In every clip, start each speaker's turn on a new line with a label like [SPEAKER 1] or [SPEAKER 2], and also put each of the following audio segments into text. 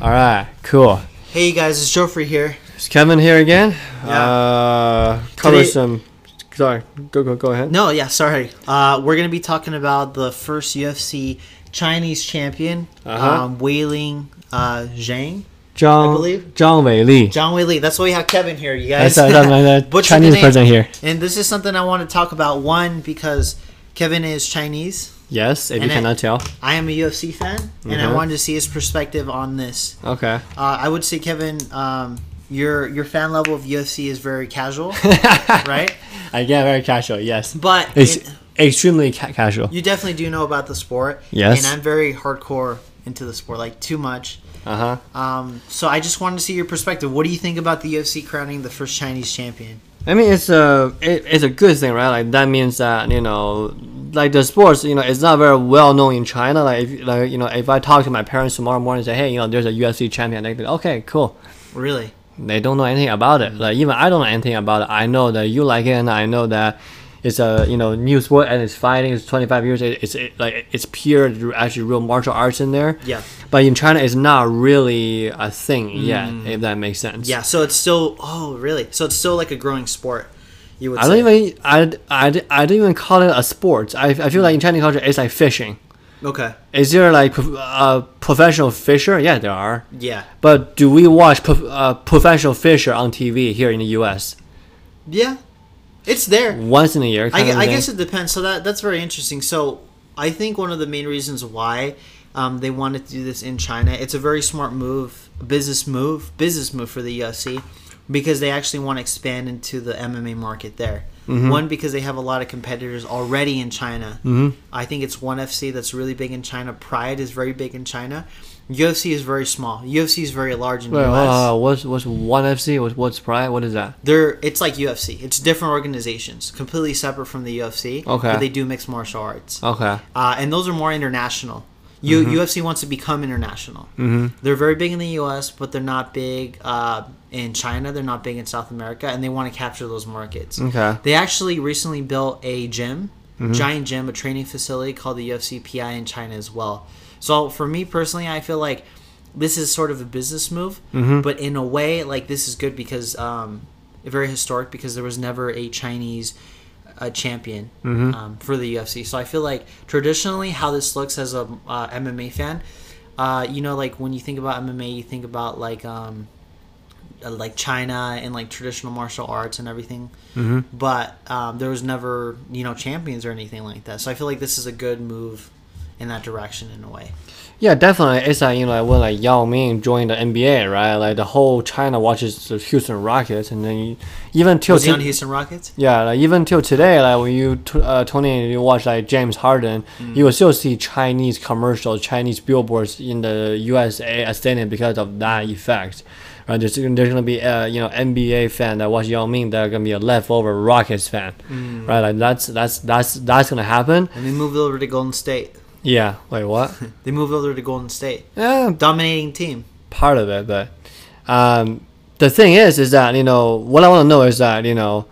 [SPEAKER 1] All right, cool.
[SPEAKER 2] Hey, you guys, it's Joffrey here.
[SPEAKER 1] Is Kevin here again?
[SPEAKER 2] Yeah.
[SPEAKER 1] Uh, cover
[SPEAKER 2] Today-
[SPEAKER 1] some. Sorry, go go go ahead.
[SPEAKER 2] No, yeah, sorry. Uh, we're gonna be talking about the first UFC Chinese champion,
[SPEAKER 1] Uh-huh.
[SPEAKER 2] um, Wei Ling uh, Zhang,
[SPEAKER 1] Zhang,
[SPEAKER 2] I believe.
[SPEAKER 1] Zhang Wei Li.
[SPEAKER 2] John Wei Lee. That's why we have Kevin here, you guys.
[SPEAKER 1] That's, that's, that's my
[SPEAKER 2] Butchered the
[SPEAKER 1] Chinese
[SPEAKER 2] name.
[SPEAKER 1] person here.
[SPEAKER 2] And this is something I want to talk about. One because Kevin is Chinese.
[SPEAKER 1] Yes, if
[SPEAKER 2] And
[SPEAKER 1] you
[SPEAKER 2] I-
[SPEAKER 1] cannot tell.
[SPEAKER 2] I am a UFC fan, and I
[SPEAKER 1] Mhm.
[SPEAKER 2] wanted to see his perspective on this.
[SPEAKER 1] Okay.
[SPEAKER 2] Uh, I would say, Kevin, um, your your fan level of UFC is very casual, right?
[SPEAKER 1] I get very casual. Yes.
[SPEAKER 2] But
[SPEAKER 1] It's
[SPEAKER 2] it-
[SPEAKER 1] extremely ca- casual.
[SPEAKER 2] you definitely do know about the sport.
[SPEAKER 1] Yes.
[SPEAKER 2] And I'm very hardcore into the sport, like too much.
[SPEAKER 1] Uh huh.
[SPEAKER 2] Um, so I just wanted to see your perspective. What do you think about the UFC crowning the first Chinese champion?
[SPEAKER 1] I mean, it's a it, it's a good thing, right? Like that means that you know, like the sports, you know, it's not very well known in China. Like, if, like you know, if I talk to my parents tomorrow morning and say, hey, you know, there's a UFC champion, they think, okay, cool.
[SPEAKER 2] Really?
[SPEAKER 1] They don't know anything about
[SPEAKER 2] Mm.
[SPEAKER 1] it. Like even I don't know anything about it. I know that you like it, and I know that it's a you know new sport and it's fighting. It's 25 years. It, it's it, like it's pure actually real martial arts in there.
[SPEAKER 2] Yeah.
[SPEAKER 1] But in China, it's not really a thing yet. If that makes sense.
[SPEAKER 2] Mm. Yeah. So it's still. Oh, really? So it's still like a growing sport. You would.
[SPEAKER 1] I
[SPEAKER 2] say.
[SPEAKER 1] don't even I, I, I don't even call it a sport. I, I feel like in Chinese culture it's like fishing.
[SPEAKER 2] Okay.
[SPEAKER 1] Is there like prof- a professional fisher? Yeah, there are.
[SPEAKER 2] Yeah.
[SPEAKER 1] But do we watch prof- uh, professional fisher on TV here in the U.S.
[SPEAKER 2] Yeah. It's there.
[SPEAKER 1] once in a year?
[SPEAKER 2] I,
[SPEAKER 1] kind of
[SPEAKER 2] I
[SPEAKER 1] thing?
[SPEAKER 2] guess it depends. So that that's very interesting. So I think one of the main reasons why um, they wanted to do this in China, it's a very smart move, business move, business move for the UFC, because they actually want to expand into the MMA market there. One because they have a lot of competitors already in China. I think it's one FC that's really big in China. Pride is very big in China. UFC is very small. UFC is very large in the
[SPEAKER 1] Wait,
[SPEAKER 2] US.
[SPEAKER 1] uh, what's what's one FC? What's what's Pride? What is that?
[SPEAKER 2] They're it's like UFC. It's different organizations, completely separate from the UFC.
[SPEAKER 1] Okay. Oh.
[SPEAKER 2] but they do mixed martial arts.
[SPEAKER 1] Okay.
[SPEAKER 2] uh, and those are more international. U- UFC wants to become international. Mm-hmm. They're very big in the U.S., but they're not big uh, in China. They're not big in South America, and they want to capture those markets.
[SPEAKER 1] Okay.
[SPEAKER 2] They actually recently built a gym, giant gym, a training facility called the UFC PI in China as well. So for me personally, I feel like this is sort of a business move, but in a way, like this is good because um, very historic because there was never a Chinese uh, champion um, for the UFC. So I feel like traditionally how this looks as a uh, MMA fan, uh, you know, like when you think about MMA, you think about like. Um, uh, like China and like traditional martial arts and everything. Mm-hmm. But um, there was never you know champions or anything like that. So I feel like this is a good move in that direction in a way.
[SPEAKER 1] Yeah, definitely. It's like you know like when like Yao Ming joined the NBA, right? Like the whole China watches the Houston Rockets, and then you, even till
[SPEAKER 2] Was he
[SPEAKER 1] to-
[SPEAKER 2] on Houston Rockets?
[SPEAKER 1] Yeah, like even till today, like when you t- uh, tune in, you watch like James Harden, you will still see Chinese commercials, Chinese billboards in the USA extended because of that effect. Right, there's, there's gonna be a you know NBA fan that watch Yao Ming, they're gonna be a leftover Rockets fan, right? Like that's that's that's that's gonna happen.
[SPEAKER 2] And they moved over to Golden State.
[SPEAKER 1] Yeah. Wait, what?
[SPEAKER 2] They moved over to Golden State,
[SPEAKER 1] yeah,
[SPEAKER 2] dominating team.
[SPEAKER 1] part of it, but um, the thing is, is that you know what I want to know is that you know,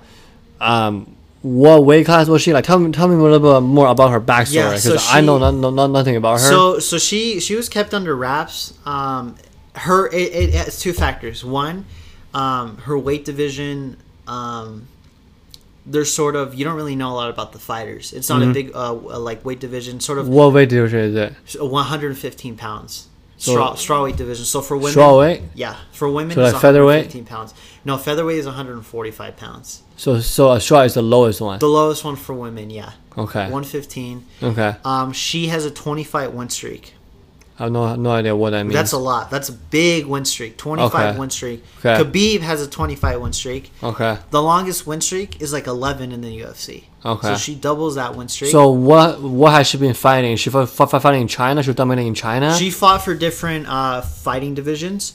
[SPEAKER 1] um, what weight class was she like? Tell me, tell me a little bit more about her backstory
[SPEAKER 2] Yeah,
[SPEAKER 1] because
[SPEAKER 2] so
[SPEAKER 1] I
[SPEAKER 2] she-
[SPEAKER 1] know not, no- no- nothing about her.
[SPEAKER 2] So so she she was kept under wraps. Um, her it, it has two factors. One, um, her weight division. Um, there's sort of you don't really know a lot about the fighters. It's not a big uh, like weight division. Sort of
[SPEAKER 1] what weight division is it?
[SPEAKER 2] 115 pounds.
[SPEAKER 1] So-
[SPEAKER 2] straw, straw weight division. So for women,
[SPEAKER 1] Straw weight.
[SPEAKER 2] Yeah, for women.
[SPEAKER 1] So
[SPEAKER 2] it's
[SPEAKER 1] like featherweight?
[SPEAKER 2] 115 pounds. No, featherweight is 145 pounds.
[SPEAKER 1] So so a straw is the lowest one.
[SPEAKER 2] The lowest one for women. Yeah,
[SPEAKER 1] Okay.
[SPEAKER 2] 115.
[SPEAKER 1] Okay.
[SPEAKER 2] Um, she has a 20 fight win streak.
[SPEAKER 1] I have no no idea what I mean.
[SPEAKER 2] That's a lot. That's a big win streak. 25
[SPEAKER 1] Okay.
[SPEAKER 2] win streak.
[SPEAKER 1] Okay.
[SPEAKER 2] Khabib has a 25 win streak.
[SPEAKER 1] okay.
[SPEAKER 2] The longest win streak is like 11 in the UFC.
[SPEAKER 1] Okay.
[SPEAKER 2] So she doubles that win streak.
[SPEAKER 1] So what what has she been fighting? She fought, fought, fought fighting in China. She was dominating in China.
[SPEAKER 2] she fought for different uh, fighting divisions.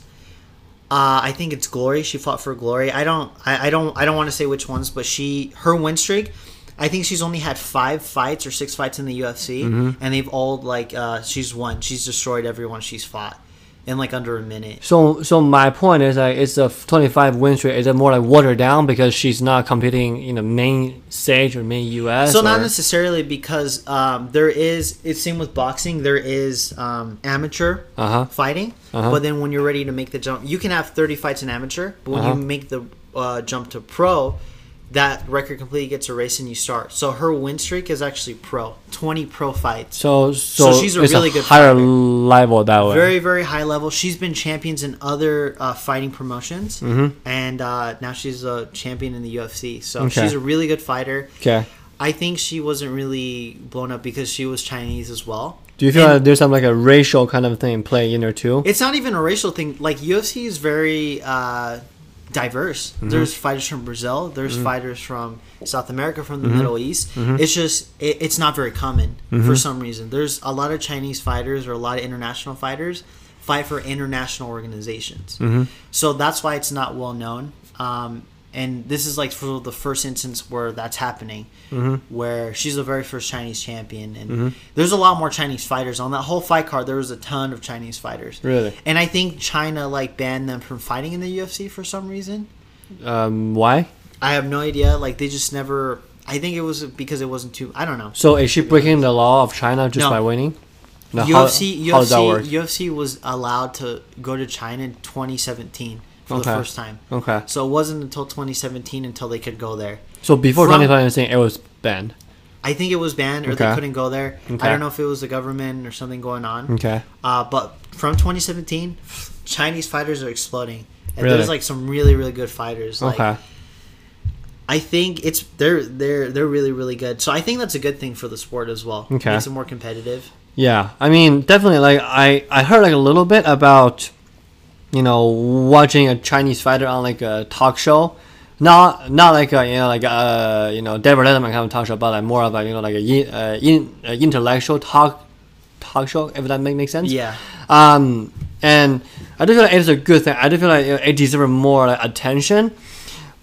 [SPEAKER 2] Uh, I think it's Glory. She fought for Glory. I don't. I, I don't. I don't want to say which ones, but she her win streak. I think she's only had five fights or six fights in the UFC, and they've all like uh, she's won. She's destroyed everyone she's fought. in like under a minute.
[SPEAKER 1] So, so my point is like it's a 25 win streak. Is it more like watered down because she's not competing in the main stage or main US?
[SPEAKER 2] So not
[SPEAKER 1] or-
[SPEAKER 2] necessarily because um, there is it's same with boxing. There is um, amateur
[SPEAKER 1] Uh-huh.
[SPEAKER 2] fighting, but then when you're ready to make the jump, you can have 30 fights in amateur. But when
[SPEAKER 1] Uh-huh.
[SPEAKER 2] you make the uh, jump to pro, that record completely gets erased and you start. So her win streak is actually pro 20 pro fights.
[SPEAKER 1] So, so,
[SPEAKER 2] she's a
[SPEAKER 1] it's
[SPEAKER 2] really good
[SPEAKER 1] higher
[SPEAKER 2] fighter.
[SPEAKER 1] level that way.
[SPEAKER 2] very very high level she's been champions in other uh, fighting promotions
[SPEAKER 1] Mm-hmm.
[SPEAKER 2] and uh, now she's a champion in the ufc so
[SPEAKER 1] Okay.
[SPEAKER 2] she's a really good fighter
[SPEAKER 1] okay.
[SPEAKER 2] i think she wasn't really blown up because she was chinese as well
[SPEAKER 1] Do you feel
[SPEAKER 2] And
[SPEAKER 1] like there's some like a racial kind of thing play in there too?
[SPEAKER 2] it's not even a racial thing like ufc is very uh, diverse there's fighters from brazil there's fighters from south america from the middle east it's just it, it's not very common for some reason there's a lot of chinese fighters or a lot of international fighters fight for international organizations so that's why it's not well known um, and this is like for the first instance where that's happening where she's the very first chinese champion and there's a lot more chinese fighters on that whole fight card there was a ton of chinese fighters
[SPEAKER 1] Really?
[SPEAKER 2] and i think china like banned them from fighting in the ufc for some reason
[SPEAKER 1] Um, why?
[SPEAKER 2] i have no idea like they just never i think it was because it wasn't too i don't know
[SPEAKER 1] So is she breaking the law of China just
[SPEAKER 2] No.
[SPEAKER 1] by winning? No, how-
[SPEAKER 2] UFC
[SPEAKER 1] how does that work?
[SPEAKER 2] UFC UFC was allowed to go to China in 2017 for
[SPEAKER 1] Okay.
[SPEAKER 2] the first time.
[SPEAKER 1] Okay.
[SPEAKER 2] So it wasn't until 2017 until they could go there.
[SPEAKER 1] So before
[SPEAKER 2] From-
[SPEAKER 1] 2017, it was banned.
[SPEAKER 2] I think it was banned or
[SPEAKER 1] Okay.
[SPEAKER 2] they couldn't go there.
[SPEAKER 1] Okay.
[SPEAKER 2] I don't know if it was the government or something going on.
[SPEAKER 1] Okay.
[SPEAKER 2] Uh, but from 2017, Chinese fighters are exploding. And
[SPEAKER 1] Really?
[SPEAKER 2] there's like some really really good fighters. Like,
[SPEAKER 1] okay.
[SPEAKER 2] I think it's they're they're they're really really good. So I think that's a good thing for the sport as well.
[SPEAKER 1] Okay.
[SPEAKER 2] Makes it more competitive.
[SPEAKER 1] Yeah, I mean, definitely. Like, I I heard like a little bit about, you know, watching a Chinese fighter on like a talk show, not not like a you know like uh you know David Letterman kind of talk show, but like more of a you know like a in, uh, in, uh, intellectual talk talk show. If that make, makes sense.
[SPEAKER 2] Yeah.
[SPEAKER 1] Um, and I do feel like it's a good thing. I do feel like you know, it deserves more like, attention.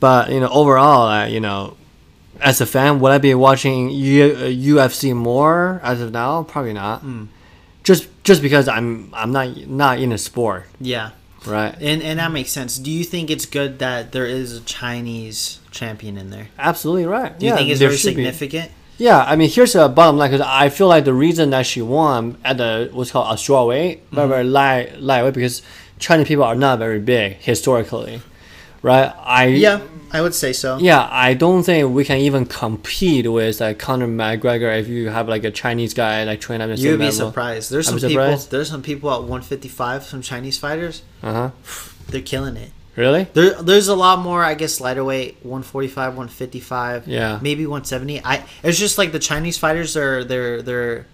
[SPEAKER 1] But you know, overall, like, you know, as a fan, would I be watching U- uh, UFC more as of now? Probably not.
[SPEAKER 2] Hmm.
[SPEAKER 1] Just just because I'm I'm not not in a sport,
[SPEAKER 2] Yeah.
[SPEAKER 1] right?
[SPEAKER 2] And and that makes sense. Do you think it's good that there is a Chinese champion in there?
[SPEAKER 1] Absolutely right.
[SPEAKER 2] Do you
[SPEAKER 1] yeah,
[SPEAKER 2] think it's
[SPEAKER 1] there
[SPEAKER 2] very
[SPEAKER 1] should be.
[SPEAKER 2] significant?
[SPEAKER 1] Yeah, I mean, here's the bottom line because I feel like the reason that she won at the what's called a straw weight,
[SPEAKER 2] Hmm.
[SPEAKER 1] very very light lightweight, because Chinese people are not very big historically, right? I
[SPEAKER 2] Yeah, I would say so.
[SPEAKER 1] Yeah, I don't think we can even compete with like Conor McGregor if you have like a Chinese guy like train up in the
[SPEAKER 2] You'd
[SPEAKER 1] same
[SPEAKER 2] be
[SPEAKER 1] level.
[SPEAKER 2] surprised. There's
[SPEAKER 1] I'd
[SPEAKER 2] some
[SPEAKER 1] be
[SPEAKER 2] people.
[SPEAKER 1] surprised.
[SPEAKER 2] There's some people at 155. Some Chinese fighters.
[SPEAKER 1] Uh huh.
[SPEAKER 2] They're killing it.
[SPEAKER 1] Really?
[SPEAKER 2] There, there's a lot more. I guess lighter weight, 145, 155.
[SPEAKER 1] Yeah.
[SPEAKER 2] Maybe 170. I. It's just like the Chinese fighters are. They're. They're.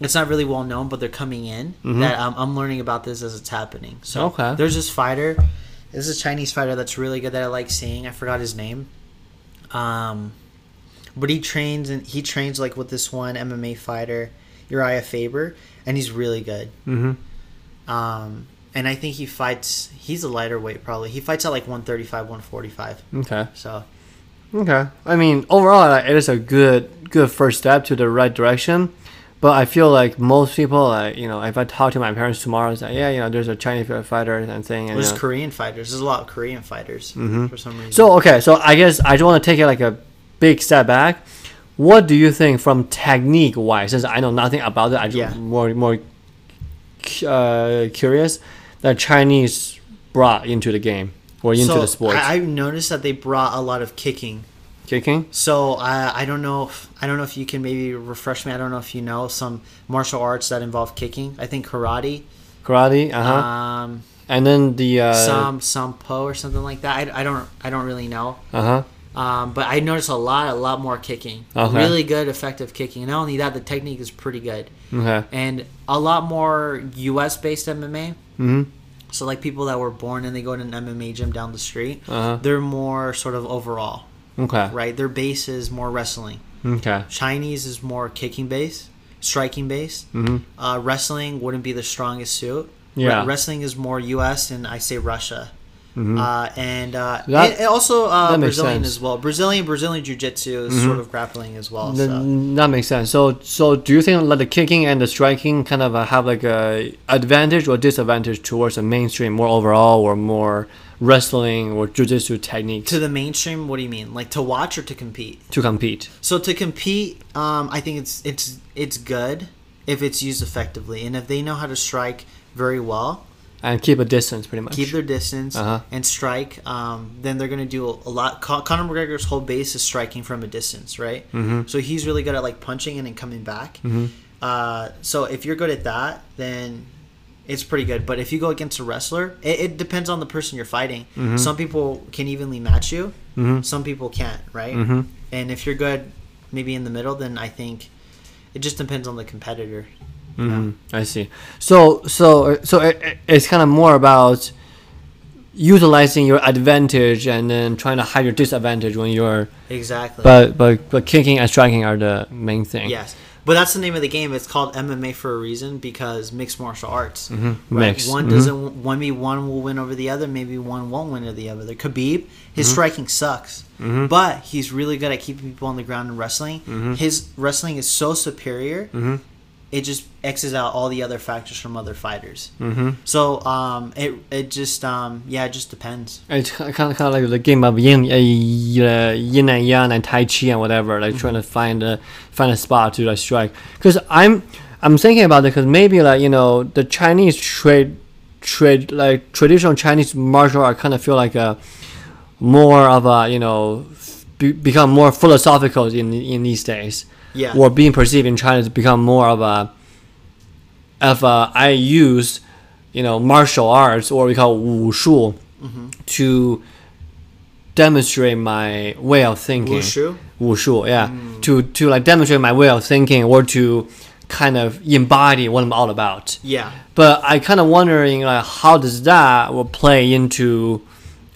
[SPEAKER 2] It's not really well known, but they're coming in. That I'm, I'm learning about this as it's happening. So
[SPEAKER 1] Mm-hmm. Okay.
[SPEAKER 2] there's this fighter. This is a Chinese fighter that's really good that I like seeing. I forgot his name. Um, but he trains and he trains like with this one MMA fighter, Uriah Faber, and he's really good. Mm-hmm. Um, and I think he fights. He's a lighter weight probably. He fights at like 135, 145.
[SPEAKER 1] Okay.
[SPEAKER 2] So
[SPEAKER 1] Okay. I mean, overall, like, it is a good good first step to the right direction. But I feel like most people, like you know, if I talk to my parents tomorrow, it's like, yeah, you know, there's a Chinese fighter and thing. And, you
[SPEAKER 2] there's
[SPEAKER 1] know.
[SPEAKER 2] Korean fighters. There's a lot of Korean fighters for some reason.
[SPEAKER 1] Mm-hmm. So okay, so I guess I just want to take it like a big step back. What do you think from technique wise? Since I know nothing about it, I just
[SPEAKER 2] Yeah.
[SPEAKER 1] more more cu- uh, curious that Chinese brought into the game or into
[SPEAKER 2] So
[SPEAKER 1] the sport.
[SPEAKER 2] I, I noticed that they brought a lot of kicking.
[SPEAKER 1] Kicking.
[SPEAKER 2] So I I don't know if I don't know if you can maybe refresh me. I don't know if you know some martial arts that involve kicking. I think karate.
[SPEAKER 1] Karate, uh huh,
[SPEAKER 2] Um,
[SPEAKER 1] and then the uh
[SPEAKER 2] some some po or something like that. I, I don't I don't really know.
[SPEAKER 1] huh,
[SPEAKER 2] Um, but I noticed a lot a lot more kicking.
[SPEAKER 1] Okay.
[SPEAKER 2] Really good effective kicking. Not only that, the technique is pretty good.
[SPEAKER 1] okay,
[SPEAKER 2] And a lot more US based MMA.
[SPEAKER 1] Mhm.
[SPEAKER 2] So like people that were born and they go to an MMA gym down the street,
[SPEAKER 1] Uh-huh.
[SPEAKER 2] they're more sort of overall,
[SPEAKER 1] okay,
[SPEAKER 2] right? Their base is more wrestling.
[SPEAKER 1] okay,
[SPEAKER 2] Chinese is more kicking based, striking based. Uh, wrestling wouldn't be the strongest suit. Re-
[SPEAKER 1] Mm-hmm. Yeah. Mm-hmm.
[SPEAKER 2] wrestling is more U.S. and I say Russia. Uh, and uh,
[SPEAKER 1] That-
[SPEAKER 2] and- and also uh,
[SPEAKER 1] that makes
[SPEAKER 2] Brazilian
[SPEAKER 1] sense. Mm-hmm.
[SPEAKER 2] as well. Brazilian Brazilian Jiu Jitsu is sort of grappling as well.
[SPEAKER 1] Th-
[SPEAKER 2] So.
[SPEAKER 1] That makes sense. So, so do you think like the kicking and the striking kind of uh, have like a advantage or disadvantage towards the mainstream, more overall, or more wrestling or jujitsu techniques
[SPEAKER 2] To
[SPEAKER 1] to,
[SPEAKER 2] the mainstream, what do you mean? Like to watch or to compete?
[SPEAKER 1] compete?
[SPEAKER 2] So to compete, um, I think it's it's it's good if it's used effectively and if they know how to strike very well,
[SPEAKER 1] and keep a distance, pretty much.
[SPEAKER 2] keep their distance
[SPEAKER 1] Uh-huh.
[SPEAKER 2] and strike. Um, then they're going to do a lot. Con- Conor McGregor's whole base is striking from a distance, right? Mm-hmm. So he's really good at like punching and then coming back.
[SPEAKER 1] Mm-hmm.
[SPEAKER 2] Uh, so if you're good at that, then it's pretty good. But if you go against a wrestler, it, it depends on the person you're fighting.
[SPEAKER 1] Mm-hmm.
[SPEAKER 2] Some people can evenly match you. Some people can't, right?
[SPEAKER 1] Mm-hmm.
[SPEAKER 2] And if you're good, maybe in the middle, then I think it just depends on the competitor. you know?
[SPEAKER 1] Mm, I see. So, so, uh, so it, it- it's kind of more about utilizing your advantage and then trying to hide your disadvantage when you're.
[SPEAKER 2] Exactly.
[SPEAKER 1] But, but, but kicking and striking are the main thing.
[SPEAKER 2] Yes, but that's the name of the game. It's called MMA for a reason because mixed martial arts. Right?
[SPEAKER 1] Mixed,
[SPEAKER 2] One
[SPEAKER 1] mhm.
[SPEAKER 2] doesn't. One maybe one will win over the other. Maybe one won't win over the other. Khabib, his striking sucks, but he's really good at keeping people on the ground and wrestling. His wrestling is so superior. It just X's out all the other factors from other fighters. Mm-hmm. So um, it it just um, yeah, it just depends.
[SPEAKER 1] It's kind of, kind of like the game of yin, uh, yin and yang and tai chi and whatever, like trying to find a find a spot to like strike. Because I'm I'm thinking about it because maybe like you know the Chinese trade trade like traditional Chinese martial art kind of feel like a more of a you know f- be, become more philosophical in in these days
[SPEAKER 2] Yeah.
[SPEAKER 1] or being perceived in China to become more of a of a I use you know martial arts or we call wushu
[SPEAKER 2] Mm-hmm.
[SPEAKER 1] to demonstrate my way of thinking.
[SPEAKER 2] Wushu? Mm.
[SPEAKER 1] wushu, yeah, to to like demonstrate my way of thinking or to kind of embody what I'm all about.
[SPEAKER 2] Yeah.
[SPEAKER 1] But I kind of wondering like how does that will play into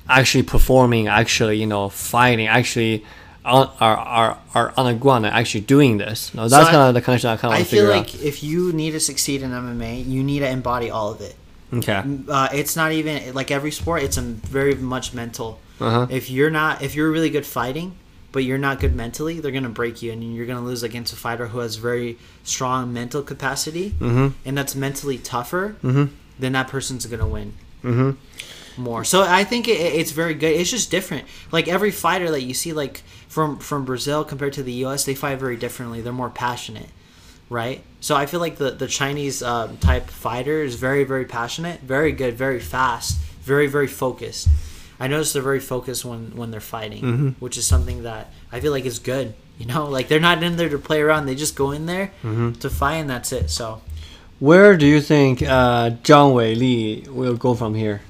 [SPEAKER 1] actually performing, actually you know fighting, actually on are are are on the ground and actually doing this. No, that's
[SPEAKER 2] I-
[SPEAKER 1] kind of the connection I kind of
[SPEAKER 2] I
[SPEAKER 1] want to
[SPEAKER 2] feel
[SPEAKER 1] figure
[SPEAKER 2] like if you need to succeed in MMA, you need to embody all of it.
[SPEAKER 1] out. Okay.
[SPEAKER 2] uh, it's not even like every sport it's a very much mental
[SPEAKER 1] Uh-huh.
[SPEAKER 2] if you're not if you're really good fighting but you're not good mentally they're gonna break you and you're gonna lose against a fighter who has very strong mental capacity and that's mentally tougher then that person's gonna win more so i think it, it's very good it's just different like every fighter that you see like from from brazil compared to the us they fight very differently they're more passionate right? So I feel like the the Chinese um, type fighter is very very passionate, very good, very fast, very very focused. I notice they're very focused when when they're fighting, which is something that I feel like is good. You know, like they're not in there to play around; they just go in there to fight, and that's it. So
[SPEAKER 1] Where do you think uh, Zhang Wei Li will go from here?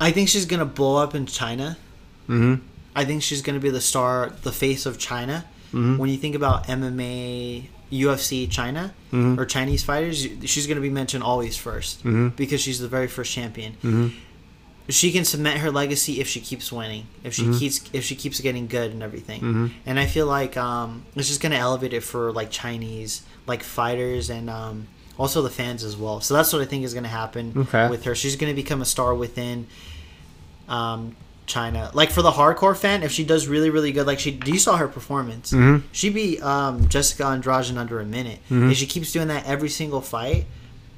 [SPEAKER 2] I think she's gonna blow up in China. Mm-hmm.
[SPEAKER 1] Mhm.
[SPEAKER 2] I think she's gonna be the star, the face of China. When you think about MMA, UFC, China or Chinese fighters, you- she's gonna be mentioned always 1st because she's the very first champion. She can cement her legacy if she keeps winning, if she keeps if she keeps getting good and everything. And I feel like um, it's just gonna elevate it for like Chinese like fighters and um, also the fans as well. So that's what I think is gonna happen
[SPEAKER 1] Okay.
[SPEAKER 2] with her. She's gonna become a star within um, China. Like for the hardcore fan, if she does really really good, like she you saw her performance, she beat um, Jessica Andrade in under a minute, and she keeps doing that every single fight.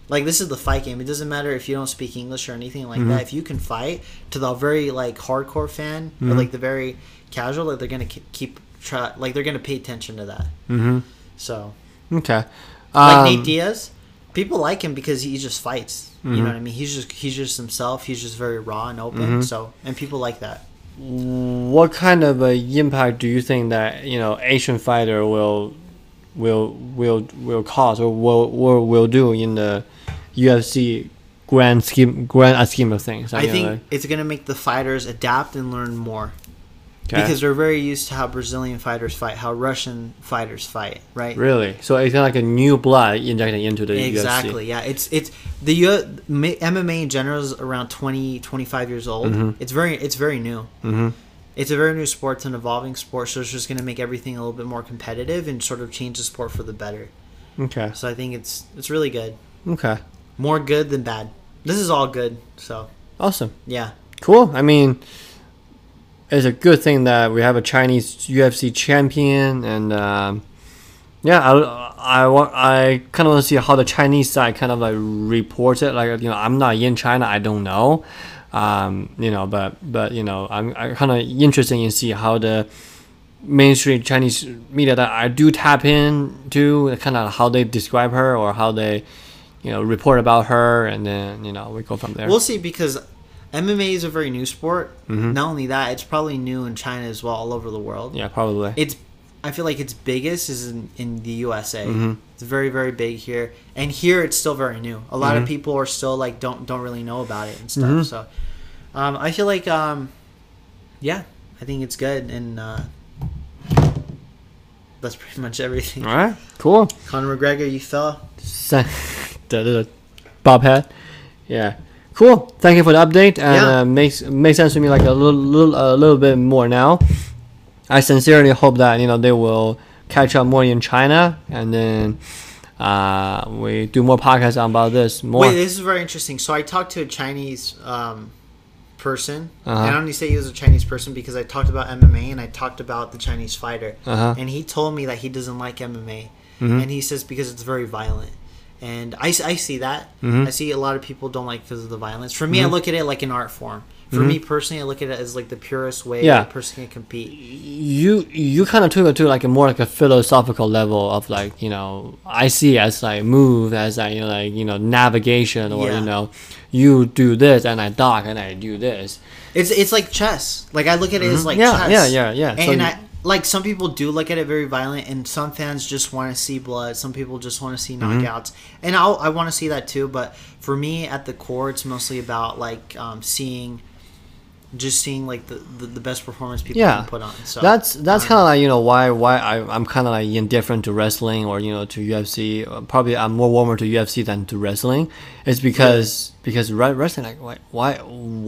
[SPEAKER 2] Like this is the fight game. It doesn't matter if you don't speak English or anything like
[SPEAKER 1] Mm-hmm.
[SPEAKER 2] that. If you can fight to the very like hardcore fan or
[SPEAKER 1] Mm-hmm.
[SPEAKER 2] like the very casual, like they're gonna ke- keep try like they're gonna pay attention to that.
[SPEAKER 1] Mm-hmm.
[SPEAKER 2] So
[SPEAKER 1] Okay.
[SPEAKER 2] like
[SPEAKER 1] Um, Mm-hmm.
[SPEAKER 2] Nate Diaz, people like him because he just fights. You know what I mean? He's just he's just himself. He's just very raw and open. So and people like that.
[SPEAKER 1] what kind of a impact do you think that you know Asian fighter will will will will cause or will will, will do in the UFC grand scheme grand uh, scheme of things?
[SPEAKER 2] I
[SPEAKER 1] You know,
[SPEAKER 2] think
[SPEAKER 1] like-
[SPEAKER 2] it's gonna make the fighters adapt and learn more
[SPEAKER 1] okay.
[SPEAKER 2] because they're very used to how Brazilian fighters fight, how Russian fighters fight, right?
[SPEAKER 1] really, so it's kind of like a new blood injected into the
[SPEAKER 2] Exactly. Yeah. It's it's the uh, U- MMA in general is around 20, 25 years old. It's very it's very new.
[SPEAKER 1] Mhm.
[SPEAKER 2] It's a very new sport. It's an evolving sport, so it's just going to make everything a little bit more competitive and sort of change the sport for the better.
[SPEAKER 1] UFC. Okay.
[SPEAKER 2] So I think it's it's really good.
[SPEAKER 1] Okay.
[SPEAKER 2] More good than bad. This is all good. So
[SPEAKER 1] Awesome.
[SPEAKER 2] Yeah.
[SPEAKER 1] Cool. I mean, it's a good thing that we have a Chinese UFC champion, and um, yeah, I I want I kind of want to see how the Chinese side kind of like reports it. Like you know, I'm not in China, I don't know, um, you know, but but you know, I'm, I'm kind of interested in see how the mainstream Chinese media that I do tap into, kind of how they describe her or how they. You know, report about her, and then you know we go from there.
[SPEAKER 2] We'll see because MMA is a very new sport. Not only that, it's probably new in China as well, all over the world.
[SPEAKER 1] yeah, probably.
[SPEAKER 2] It's I feel like its biggest is in, in the USA.
[SPEAKER 1] Mm-hmm.
[SPEAKER 2] It's very very big here, and here it's still very new. A lot
[SPEAKER 1] Mm-hmm.
[SPEAKER 2] of people are still like don't don't really know about it and stuff. So um, I feel like um, yeah, I think it's good, and uh, that's pretty much everything.
[SPEAKER 1] All right, cool.
[SPEAKER 2] Conor McGregor, you fell.
[SPEAKER 1] Sa- the little bob hat. Yeah. Cool. Thank you for the update. And
[SPEAKER 2] Yeah.
[SPEAKER 1] uh, makes makes sense to me like a little little a little bit more now. I sincerely hope that you know they will catch up more in China and then uh, we do more podcasts about this more.
[SPEAKER 2] Wait, this is very interesting. So I talked to a Chinese um, person,
[SPEAKER 1] Uh-huh.
[SPEAKER 2] and I only say he was a Chinese person because I talked about MMA and I talked about the Chinese fighter,
[SPEAKER 1] Uh-huh. Mm-hmm.
[SPEAKER 2] and he told me that he doesn't like MMA, and he says because it's very violent. And I, s- I see that.
[SPEAKER 1] Mm-hmm.
[SPEAKER 2] I see a lot of people don't like because of the violence. For me, I look at it like an art form. For me personally, I look at it as like the purest way
[SPEAKER 1] Mm-hmm. Yeah.
[SPEAKER 2] a person can compete.
[SPEAKER 1] you you kind of took it to like a more like a philosophical level of like you know I see as like move as like you know like you know navigation or
[SPEAKER 2] Yeah.
[SPEAKER 1] you know you do this and I dock and I do this.
[SPEAKER 2] It's it's like chess. Like I look at it as like
[SPEAKER 1] Mm-hmm. Yeah,
[SPEAKER 2] chess.
[SPEAKER 1] yeah, yeah, yeah.
[SPEAKER 2] And,
[SPEAKER 1] So you-
[SPEAKER 2] I like some people do look at it very violent, and some fans just want to see blood. Some people just want to see
[SPEAKER 1] Mm-hmm.
[SPEAKER 2] knockouts, and I'll, I want to see that too. But for me, at the core, it's mostly about like um, seeing, just seeing like the, the, the best performance people
[SPEAKER 1] Yeah.
[SPEAKER 2] can put on. So
[SPEAKER 1] that's that's kind of like you know why why I, I'm kind of like indifferent to wrestling or you know to UFC. Uh, Probably I'm more warmer to UFC than to wrestling. It's because because re- wrestling like why why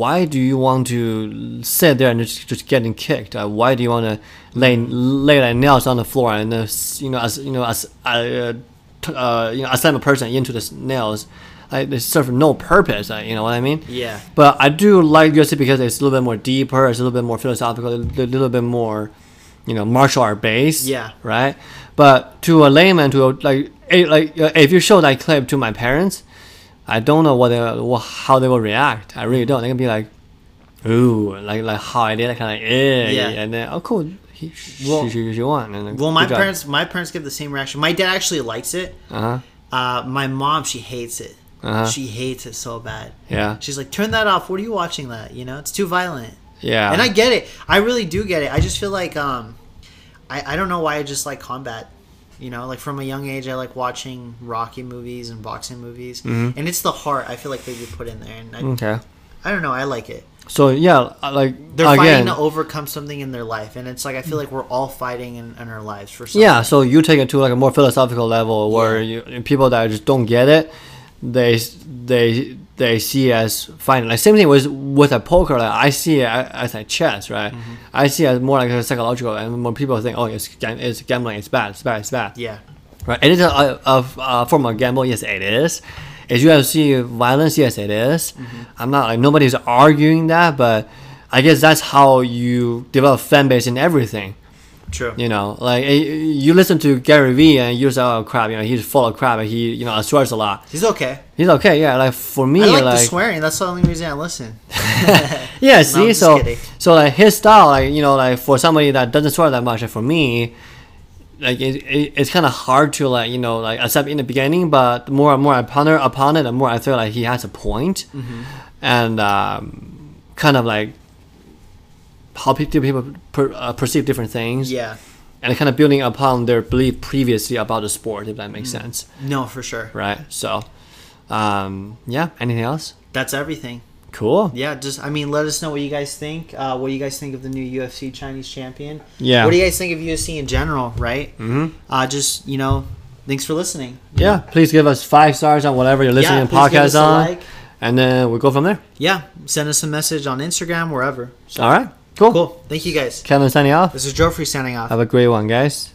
[SPEAKER 1] why do you want to sit there and just, just getting kicked? Uh, why do you want to lay lay like nails on the floor and uh, s- you know as you know as uh, t- uh, you know assign a person into the s- nails? Like they serve no purpose. Uh, you know what I mean?
[SPEAKER 2] Yeah.
[SPEAKER 1] But I do like UFC because it's a little bit more deeper, it's a little bit more philosophical, a little little bit more, you know, martial art based.
[SPEAKER 2] Yeah.
[SPEAKER 1] Right. But to a layman, to a, like, a, like uh, if you show that clip to my parents, I don't know what they, wha- how they will react. I really don't. They're gonna be like, ooh, like like how I did, kind of like, eh,
[SPEAKER 2] Yeah.
[SPEAKER 1] and then oh cool, he, she,
[SPEAKER 2] Well-
[SPEAKER 1] she, she won. And then,
[SPEAKER 2] well, my parents my parents give the same reaction. My dad actually likes it.
[SPEAKER 1] uh huh,
[SPEAKER 2] Uh, my mom, she hates it.
[SPEAKER 1] Uh-huh.
[SPEAKER 2] She hates it so bad.
[SPEAKER 1] yeah,
[SPEAKER 2] She's like, turn that off. What are you watching that? You know, it's too violent.
[SPEAKER 1] yeah,
[SPEAKER 2] And I get it. I really do get it. I just feel like um I, I don't know why I just like combat. You know, like from a young age I like watching Rocky movies and boxing movies.
[SPEAKER 1] Mm-hmm.
[SPEAKER 2] And it's the heart I feel like they could put in there and I,
[SPEAKER 1] okay.
[SPEAKER 2] I don't know, I like it.
[SPEAKER 1] So yeah, I- like
[SPEAKER 2] They're
[SPEAKER 1] again,
[SPEAKER 2] fighting to overcome something in their life and it's like I feel like we're all fighting in, in our lives for something.
[SPEAKER 1] Yeah, so you take it to like a more philosophical level where you, people that just don't get it, they they they see as fine. Like same thing with with a poker. Like I see it as a chess, right? I see it as more like a psychological, and when people think, oh, it's gam- it's gambling, it's bad, it's bad, it's bad.
[SPEAKER 2] Yeah.
[SPEAKER 1] Right. It is a, a, a, a form of gamble. Yes, it is. Is UFC violence? Yes, it is. I'm not like nobody's arguing that, but I guess that's how you develop fan base and everything.
[SPEAKER 2] True.
[SPEAKER 1] You know, like eh, you listen to Gary Vee and you say, "Oh crap," you know, he's full of crap. And he, you know, swears a lot.
[SPEAKER 2] He's okay.
[SPEAKER 1] He's okay, yeah. Like for me,
[SPEAKER 2] I like,
[SPEAKER 1] like,
[SPEAKER 2] the swearing. That's the only reason I listen.
[SPEAKER 1] yeah. See,
[SPEAKER 2] just
[SPEAKER 1] so
[SPEAKER 2] kidding.
[SPEAKER 1] so like his style, like you know, like for somebody that doesn't swear that much, like for me, like it, it, it's kind of hard to like you know like accept in the beginning, but the more and more I ponder upon it, the more I feel like he has a point,
[SPEAKER 2] Mm-hmm.
[SPEAKER 1] and um, kind of like how pe- do people per, uh, perceive different things.
[SPEAKER 2] Yeah.
[SPEAKER 1] and kind of building upon their belief previously about the sport, if that
[SPEAKER 2] Mm.
[SPEAKER 1] makes sense,
[SPEAKER 2] No, for sure.
[SPEAKER 1] right? So, um, yeah. Anything else?
[SPEAKER 2] That's everything.
[SPEAKER 1] Cool.
[SPEAKER 2] yeah just i mean let us know what you guys think uh, what you guys think of the new ufc chinese champion
[SPEAKER 1] Yeah.
[SPEAKER 2] what do you guys think of ufc in general right mm-hmm. uh, just you know thanks for listening
[SPEAKER 1] Yeah. Please give us five stars on whatever you're listening
[SPEAKER 2] Yeah,
[SPEAKER 1] to
[SPEAKER 2] please give us
[SPEAKER 1] podcasts
[SPEAKER 2] a
[SPEAKER 1] on,
[SPEAKER 2] like.
[SPEAKER 1] and then we go from there.
[SPEAKER 2] yeah send us a message on instagram wherever
[SPEAKER 1] All right. Cool.
[SPEAKER 2] cool thank you guys
[SPEAKER 1] Kevin signing off.
[SPEAKER 2] this is joe free signing off
[SPEAKER 1] Have a great one, guys.